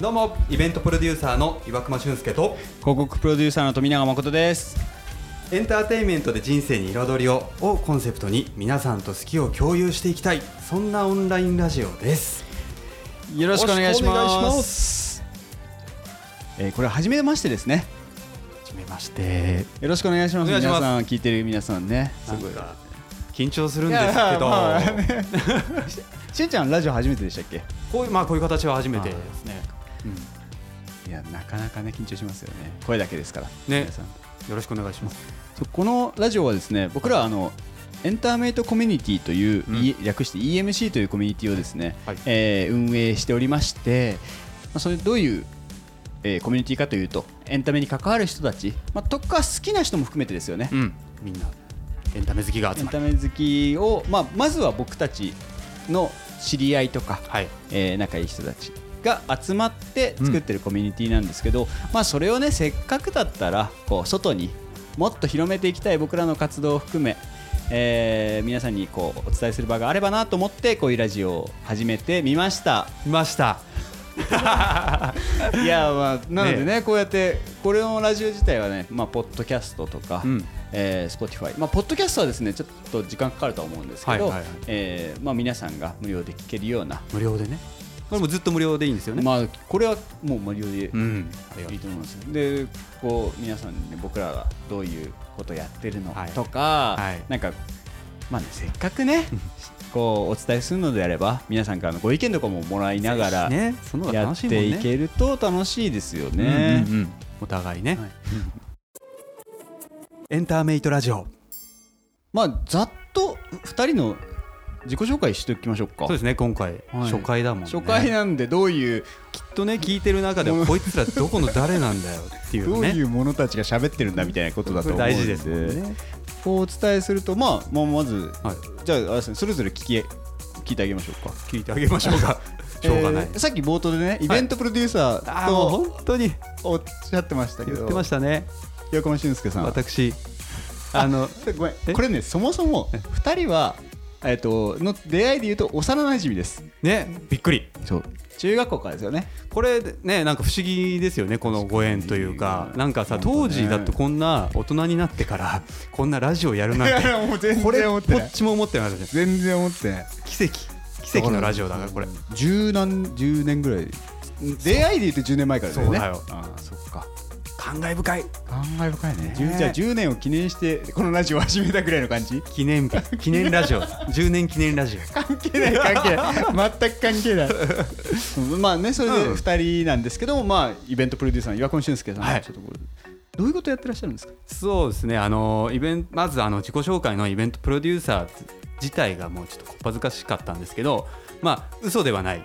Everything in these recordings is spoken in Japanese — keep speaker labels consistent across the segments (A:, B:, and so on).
A: どうもイベントプロデューサーの岩隈俊介と
B: 広告プロデューサーの富永誠です
A: エンターテインメントで人生に彩りををコンセプトに皆さんと好きを共有していきたいそんなオンラインラジオです
B: よろしくお願いし
A: よろしくお
B: ま
A: 願いします
B: えーこれ初めましてですね
A: 初めまして
B: よろしくお願いします
C: お願いします
B: 皆さん聞いてる皆さんね
A: すごい緊張するんですけど
B: いやまあね しゅんちゃんラジオ初めてでしたっけ
A: こういうまあこういう形は初めてですね
B: いやなかなかね緊張しますよね声だけですから
A: ね
B: 皆さん
A: よろしくお願いします
B: そうこのラジオはですね僕らはあのエンターメイトコミュニティという、
A: うん
B: い略して EMC というコミュニティをですね、
A: はい
B: えー運営しておりまして、まあ、それどういう、えーコミュニティかというとエンタメに関わる人たち、まあ、とか好きな人も含めてですよね、
A: うんみんなエンタメ好きが
B: エ
A: 集
B: ン
A: まる
B: タメ好きを、まあ、まずは僕たちの知り合いとか、
A: はい
B: えー仲いい人たちが集まって作ってるコミュニティなんですけど、まあ、それをねせっかくだったらこう外にもっと広めていきたい僕らの活動を含め、えー皆さんにこうお伝えする場があればなと思ってこういうラジオを始めてみま した
A: いました
B: いやまあなのでね
A: ね
B: こうやってこれのラジオ自体はね、まあ、ポッドキャストとか、
A: うん
B: えー、Spotify、まあ、ポッドキャストはですねちょっと時間かかるとは思うんですけど、
A: はいはいはい
B: えーまあ、皆さんが無料で聞けるような、
A: 無料でねこれもずっと無料でいいんですよね、
B: まあ、これはもう無料で
A: うん
B: いいと思うんですよでこう皆さんにね僕らがどういうことやってるの
A: はい
B: とか、
A: はい
B: なんかまあねせっかく ねこうお伝えするのであれば皆さんからのご意見とかももらいながら、
A: ねその方が
B: や
A: 楽
B: っ
A: しいもんね
B: ていけると楽しいですよね。
A: うんうんうんお互いね、
B: はい
A: エンターメイトラジオ
B: まあざっと2人の自己紹介しておきましょうか
A: そうですね今回、
B: はい
A: 初回だもんね
B: 初回なんでどういう
A: きっとね聞いてる中でもこいつらどこの誰なんだよっていう
B: ど
A: の
B: う
A: ね
B: いうものたちが喋ってるんだみたいなことだと思うん
A: 大事ですもんね
B: こうお伝えすると、まあ、まあまず、
A: はい
B: じゃああれですねそれぞれ聞き聞いてあげましょうか。
A: 聞いてあげましょうか しょうがない、
B: えーさっき冒頭でねイベントプロデューサ
A: あ
B: ー
A: あもう
B: と
A: 本当に
B: おっしゃってましたけ
A: 言
B: ど
A: ってましたね
B: 横間俊介さん
A: 私あの
B: ごめ
A: え
B: んこれねそもそも2人は、えっとの出会いで言うと幼馴染です
A: ねびっくり
B: そう中学校からですよね
A: これねなんか不思議ですよねこのご縁というか
B: 不思議
A: なんかさ
B: 本当ね
A: 当時だとこんな大人になってからこんなラジオやる なんて
B: もう全
A: これこっちも思ってなかったです
B: 全然思ってない
A: 奇跡奇跡のラジオだからこれ
B: 十何十年ぐらい出会いで言うと10年前からだよね
A: そうだよ
B: ああそっか
A: 感慨深い
B: 感慨深いね
A: ね
B: じゃあ10年を記念してこのラジオを始めたぐらいの感じ
A: 記念日記念ラジ オ10年記念ラジオ
B: 関係ない関係ない全く関係ないうんまあねそれで
A: うん
B: 2人なんですけども、まあイベントプロデューサーの岩込俊介さん、
A: はい
B: ちょっとこれどういうことやってらっしゃるんですか
A: そうですねあのイベンまずあの自己紹介のイベントプロデューサー自体がもうちょっとこっぱずかしかったんですけどまあ嘘ではない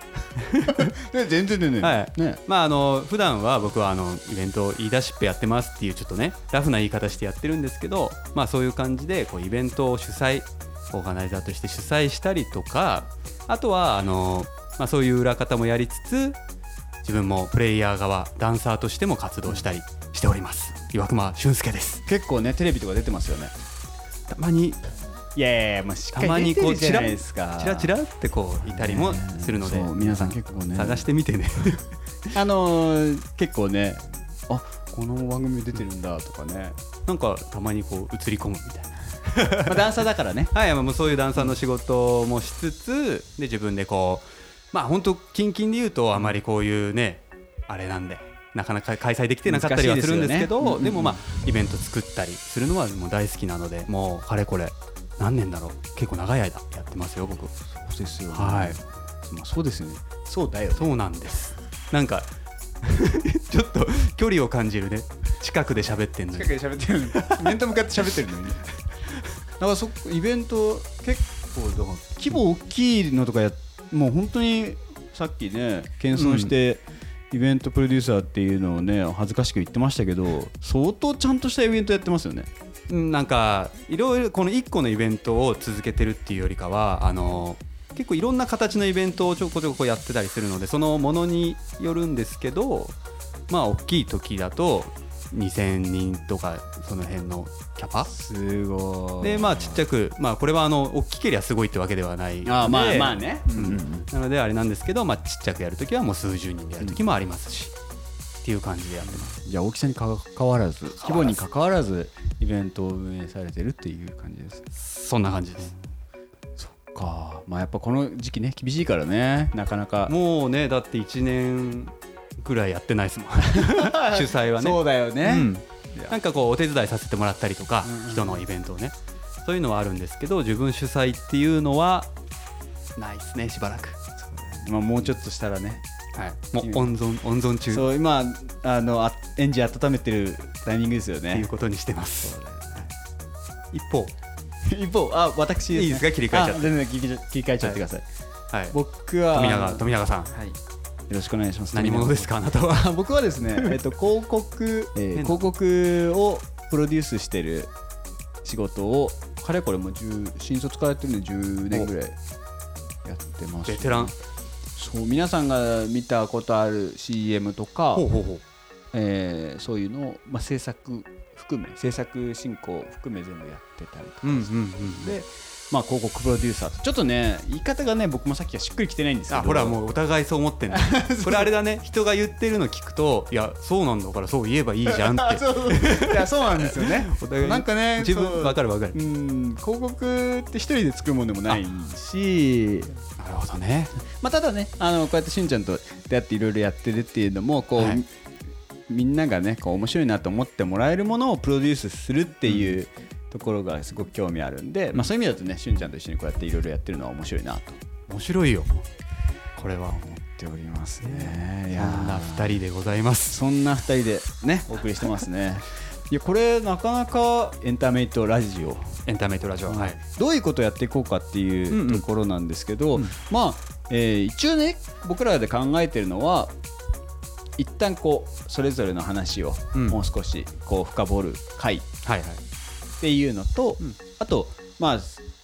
B: 全然全然
A: はい
B: ね
A: まああの普段は僕はあのイベント言い出しっぺやってますっていうちょっとねラフな言い方してやってるんですけどまあそういう感じでこうイベントを主催オーガナイザーとして主催したりとかあとはあの、まあ、そういう裏方もやりつつ自分もプレイヤー側ダンサーとしても活動したりしております岩隈俊介です
B: 結構ねテレビとか出てますよね
A: たまに
B: いやいやまあし
A: ったまにこうチラ
B: ですか
A: チラチラってこういたりもするので、
B: そう皆さん結構ね
A: 探してみてね
B: あのー結構ねあこの番組出てるんだとかね、
A: なんかたまにこう映り込むみたいな
B: まあ、ダンサーだからね
A: はいまあもうそういうダンサーの仕事もしつつで自分でこうまあ本当近々で言うとあまりこういうねあれなんでなかなか開催できてなかったりはするんですけど
B: 難しいですよね
A: で,、もまあイベント作ったりするのはもう大好きなのでもうかれこれ何年だろう結構長い間やってますよ僕
B: そうですよね
A: はい
B: まあ、そうですよねそうだよ
A: そうなんですなんか ちょっと距離を感じるね近くで喋ってんのに
B: で喋ってるのに面と向かって喋ってるの にだからそイベント結構だから規模大きいのとかやもう本当にさっきね謙遜して、イベントプロデューサーっていうのをね恥ずかしく言ってましたけど相当ちゃんとしたイベントやってますよね
A: うんなんかいろいろこの1個のイベントを続けてるっていうよりかはあの結構いろんな形のイベントをちょこちょこやってたりするのでそのものによるんですけどまあ大きい時だと2000人とかその辺のキャパ
B: すご
A: でまあちっちゃくまあこれはあの大きければすごいってわけではない
B: あーまあ
A: で
B: まあね、うんうんうん
A: なのであれなんですけど、まあ、ちっちゃくやるときはもう数十人でやるときもありますし、っていう感じでやってます
B: じゃあ大きさにかかわらず規模にかかわらずイベントを運営されてるっていう感じです
A: そんな感じです
B: そっかまあやっぱこの時期ね厳しいからねなかなか
A: もうねだって1年ぐらいやってない ですもん主催はね
B: そうだよね、
A: うん
B: いや
A: なんかこうお手伝いさせてもらったりとか、
B: うんうん
A: 人のイベントをねそういうのはあるんですけど自分主催っていうのはないですねしばらく、
B: まあ、もうちょっとしたらね
A: もう温存温存中っ
B: そう今あのあエンジン温めてるタイミングですよ
A: て
B: ね
A: いうことにしてます、一方、
B: 一方あ私
A: いいですか切り替えちゃって
B: あ全然切り切り替えちゃってください、
A: はい、
B: 僕は
A: 富永富永さん
B: はいよろしくお願いします
A: 何者ですかあなたは
B: あ 僕はですね、えっと、広告、えー
A: 変な
B: 広告をプロデュースしてる仕事をかれこれもう10新卒からやってるんで10年ぐらいやってます、
A: ベテラン
B: そう皆さんが見たことある CM とか
A: ほうほう
B: えーそういうのを、まあ、制作含め制作進行含め全部やってたりとか
A: うんうんうん
B: で、まあ、広告プロデューサーとちょっとね言い方がね僕もさっきはしっくりきてないんですけど
A: あほらもうお互いそう思 ってんだこれあれだね人が言ってるの聞くといやそうなんだからそう言えばいいじゃんっ
B: あ
A: て
B: そう そうそういやそうなんですよね
A: お互い
B: なんかね
A: 自
B: そう
A: 分わかるわかる
B: うん広告って一人で作るものでもないし、
A: なるほどね
B: まあ、ただねあのこうやってしんちゃんと出会っていろいろやってるっていうのもこう、
A: はい
B: みんながねこう面白いなと思ってもらえるものをプロデュースするっていう、ところがすごく興味あるんで、まあ、そういう意味だとねしゅんちゃんと一緒にこうやっていろいろやってるのは面白いなと思
A: 面白いよこれは
B: っておりますね
A: そ
B: い
A: ん
B: やー
A: な二人でございます
B: そんな2人でねお送りしてますねいやこれなかなかエンタメとラジオ
A: エンタメとラジオはい
B: どういうことをやっていこうかってい
A: ん
B: う
A: う
B: と
A: ん
B: ころなんですけど、まあ、えー一応ね僕らで考えてるのは一旦こうそれぞれの話を
A: うん
B: もう少しこう深掘る回っ
A: はいはい
B: ていうのと、
A: うん
B: あとまあ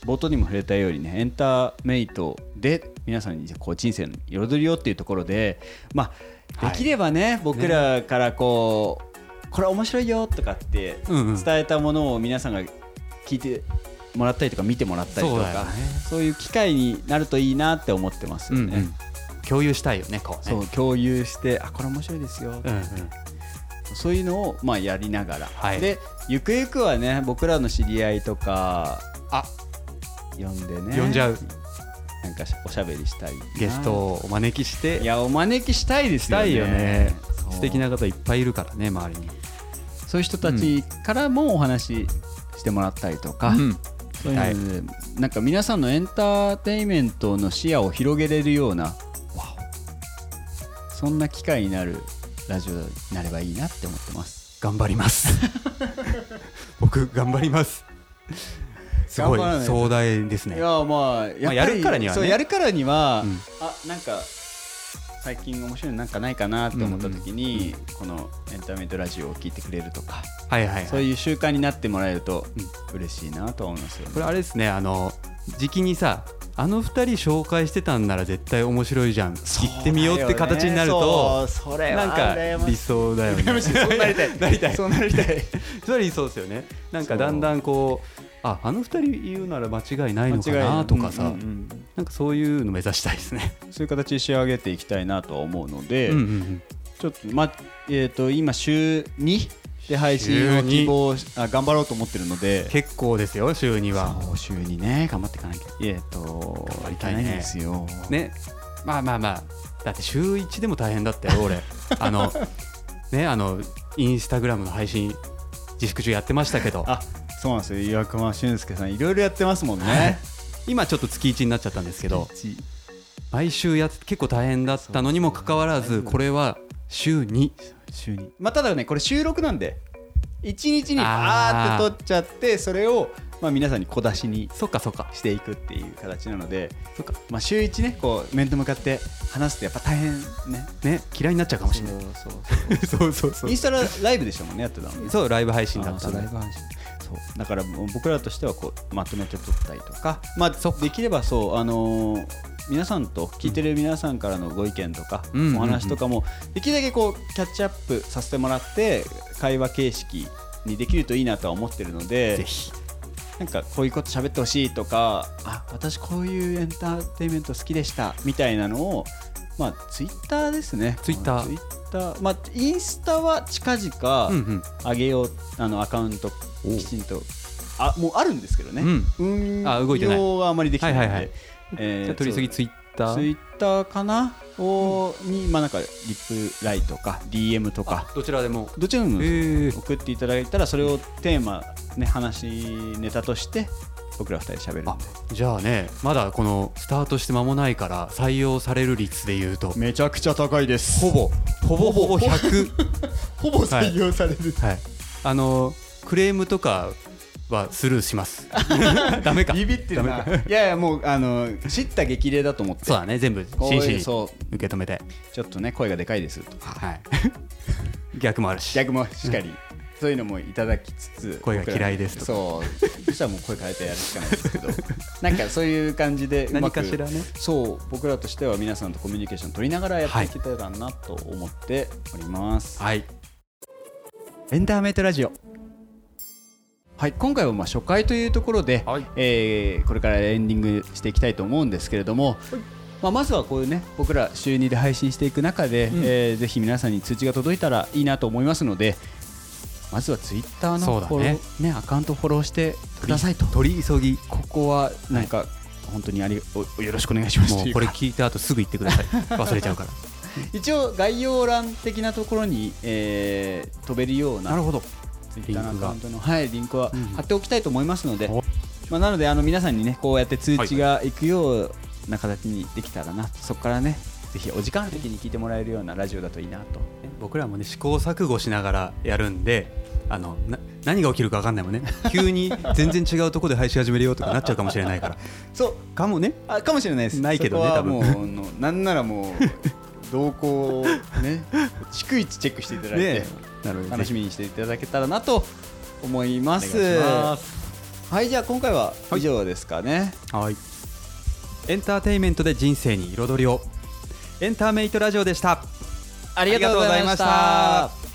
B: 冒頭にも触れたようにねエンタメイトで皆さんにこう人生の彩りをっていうところでまあ
A: はい
B: できればね、僕らからこう、これ面白いよとかって
A: うんうん
B: 伝えたものを皆さんが聞いてもらったりとか見てもらったりと
A: そう
B: か
A: だ
B: そう,、
A: よね
B: いう機会になるといいなって思ってますよね。
A: うんうん共有したいよねこう
B: そ
A: ね
B: う共有してあこれ面白いですよ、
A: うんうん
B: そういうのをまあやりながら、
A: はい
B: でゆくゆくはね僕らの知り合いとか
A: あ
B: 呼んでね
A: 呼んじゃう
B: なんかおしゃべりしたいな
A: ゲストをお招きして
B: いやお招きしたいです
A: したいよね
B: そう
A: 素敵な方いっぱいいるからね周りに
B: そういう人たちからもお話ししてもらったりとか、
A: うん
B: そういうのでなんか皆さんのエンターテインメントの視野を広げれるようなそんな機会になるラジオになればいいなって思ってます。
A: 頑張ります 僕頑張りますすごい
B: 頑張らないと
A: 壮大ですね
B: まあやっぱり
A: やるからにはね
B: そうやるからには、
A: うん
B: あなんか最近面白いのなんかないかなって思った時に、このエンターメントラジオを聞いてくれるとか、
A: はいはい、
B: そう
A: う
B: いう習慣になってもらえると嬉しいなとは思いますよね
A: これあれですねあの時期にさあの二人紹介してたんなら絶対面白いじゃん行ってみようって形になると
B: そうだよね
A: なん
B: そうそ
A: か
B: れは羨ましい
A: 理想だよね
B: 羨ましいそうなりたい
A: なりたい
B: そうなりたい
A: それ理想ですよねなんかだんだんこうああの二人言うなら間違いないのかなとかさ、
B: うんうん
A: なんかそういうの目指したいですね、
B: うんそういう形に仕上げていきたいなとは思うので、
A: うんうん
B: ちょっと,、まえー、と今週2で配信を
A: 週
B: 希
A: に
B: 望しあ頑張ろうと思ってる
A: う
B: の
A: ん、
B: で
A: 結構ですよ週には
B: そう週にね頑張っていかなきゃえっ、と
A: 頑張りたいね
B: かなんですよ
A: ねまあまあまあだって週1でも大変だったよ俺あ のねあのインスタグラムの配信自粛中やってましたけど
B: あそうなんですよ岩隈俊介さんいろいろやってますもん
A: はい
B: ね
A: 今ちょっと月1になっちゃったんですけど
B: 一
A: 毎週やって結構大変だったのにもかかわらずこれは週2
B: 週にまあただねこれ収録なんで一日にあー
A: あー
B: って撮っちゃってそれをまあ皆さんに小出しに
A: そっかそっか
B: していくっていう形なので
A: そっか
B: まあ、週一ねこう面と向かって話すとやっぱ大変ね
A: ね嫌いになっちゃうかもしれない
B: そう
A: そうそうそ
B: インスタライブでしたもんねやってたのね
A: そうライブ配信だった
B: あーそう
A: の
B: ライブ配信そうだからもう僕らとしてはこうまとめて撮ったりとか、まあ、できればそう、あのー皆さんと聞いてる皆さんからのご意見とか、
A: うん
B: お話とかもできるだけこうキャッチアップさせてもらって会話形式にできるといいなとは思ってるので
A: ぜひ
B: なんかこういうこと喋ってほしいとかあ私こういうエンターテインメント好きでしたみたいなのをまあツイッターですね
A: ツイッター
B: ツイッターまあインスタは近
A: うんう
B: 々
A: ん
B: 上げよう、あのアカウント
A: おう
B: きちんとあもうあるんですけどね、
A: うん
B: 運
A: あ動いてない
B: 用はあまりできてないので、
A: はいはいはい
B: えー
A: じゃあ取り次ぎツイッタ
B: ツイ
A: ー
B: ッターかなを、に、まあ、なんかリプライとか DM とか
A: どちらでも
B: どちらにも
A: えー
B: 送っていただいたらそれをテーマ、ね、話ネタとして僕ら二人喋るんで
A: あじゃあねまだこのスタートして間もないから採用される率でいうと
B: めちゃくちゃ高いです
A: ほぼほぼほぼ100
B: ほぼ採用される、
A: はいあのクレームとかはスルーします ダメか
B: ビビってる
A: ダ
B: な
A: メか
B: いやいやもうあの知った激励だと思って
A: そうだね全部真
B: こういう
A: 摯に
B: そう
A: 受け止めて
B: ちょっとね声がでかいですとか
A: はい 逆もあるし
B: 逆もしっかりそういうのもいただきつつ
A: 声が嫌いですとか
B: そうそしたらもう声変えてやるしかないです けどなんかそういう感じでうま
A: 何
B: く
A: かしらね
B: そう僕らとしては皆さんとコミュニケーション取りながらやっていけたらなと思っております、
A: はい
B: エンターメイトラジオはい今回はまあ初回というところで、
A: はい
B: えーこれからエンディングしていきたいと思うんですけれども、まあ、まずはこういうね僕ら週2で配信していく中で、
A: うん
B: えーぜひ皆さんに通知が届いたらいいなと思いますのでまずはツイッター
A: そ
B: の
A: うだね
B: フォロー、ねアカウントフォローしてくださいとこ
A: 取り急ぎ
B: こはなんか本当にありおおよろしくお願いします
A: も
B: というう
A: これ
B: か
A: 聞いた後すぐ言ってくだ さい忘れちゃうから
B: 一応概要欄的なところに、えー飛べるような
A: ほど
B: ツイッターのアカウントのはい、リンクは
A: うん
B: 貼っておきたいと思いますので、
A: お
B: まあ、なのであの皆さんにねこうやって通
A: はい
B: 知がいくような形にできたらな、そこからねぜひお時間の時に聞いてもらえるようなラジオだといいなと
A: 僕らもね試行錯誤しながらやるんであのな何が起きるか分かんないもんね急に全然違うとこで配信始めるよとかなっちゃうかもしれないから
B: そう
A: か もね
B: あかもしれないです
A: ないけどね
B: そこは
A: 多分
B: もうあのなんならもう動向をね 逐一チェックしていただいて、
A: ねなるほど
B: 楽しみにしていただけたらなと思いま
A: お願い
B: す
A: します
B: はいじゃあ今回は以上ですかね、
A: はいエンターテインメントで人生に彩りをエンターメイトラジオでした
B: ありがとうございました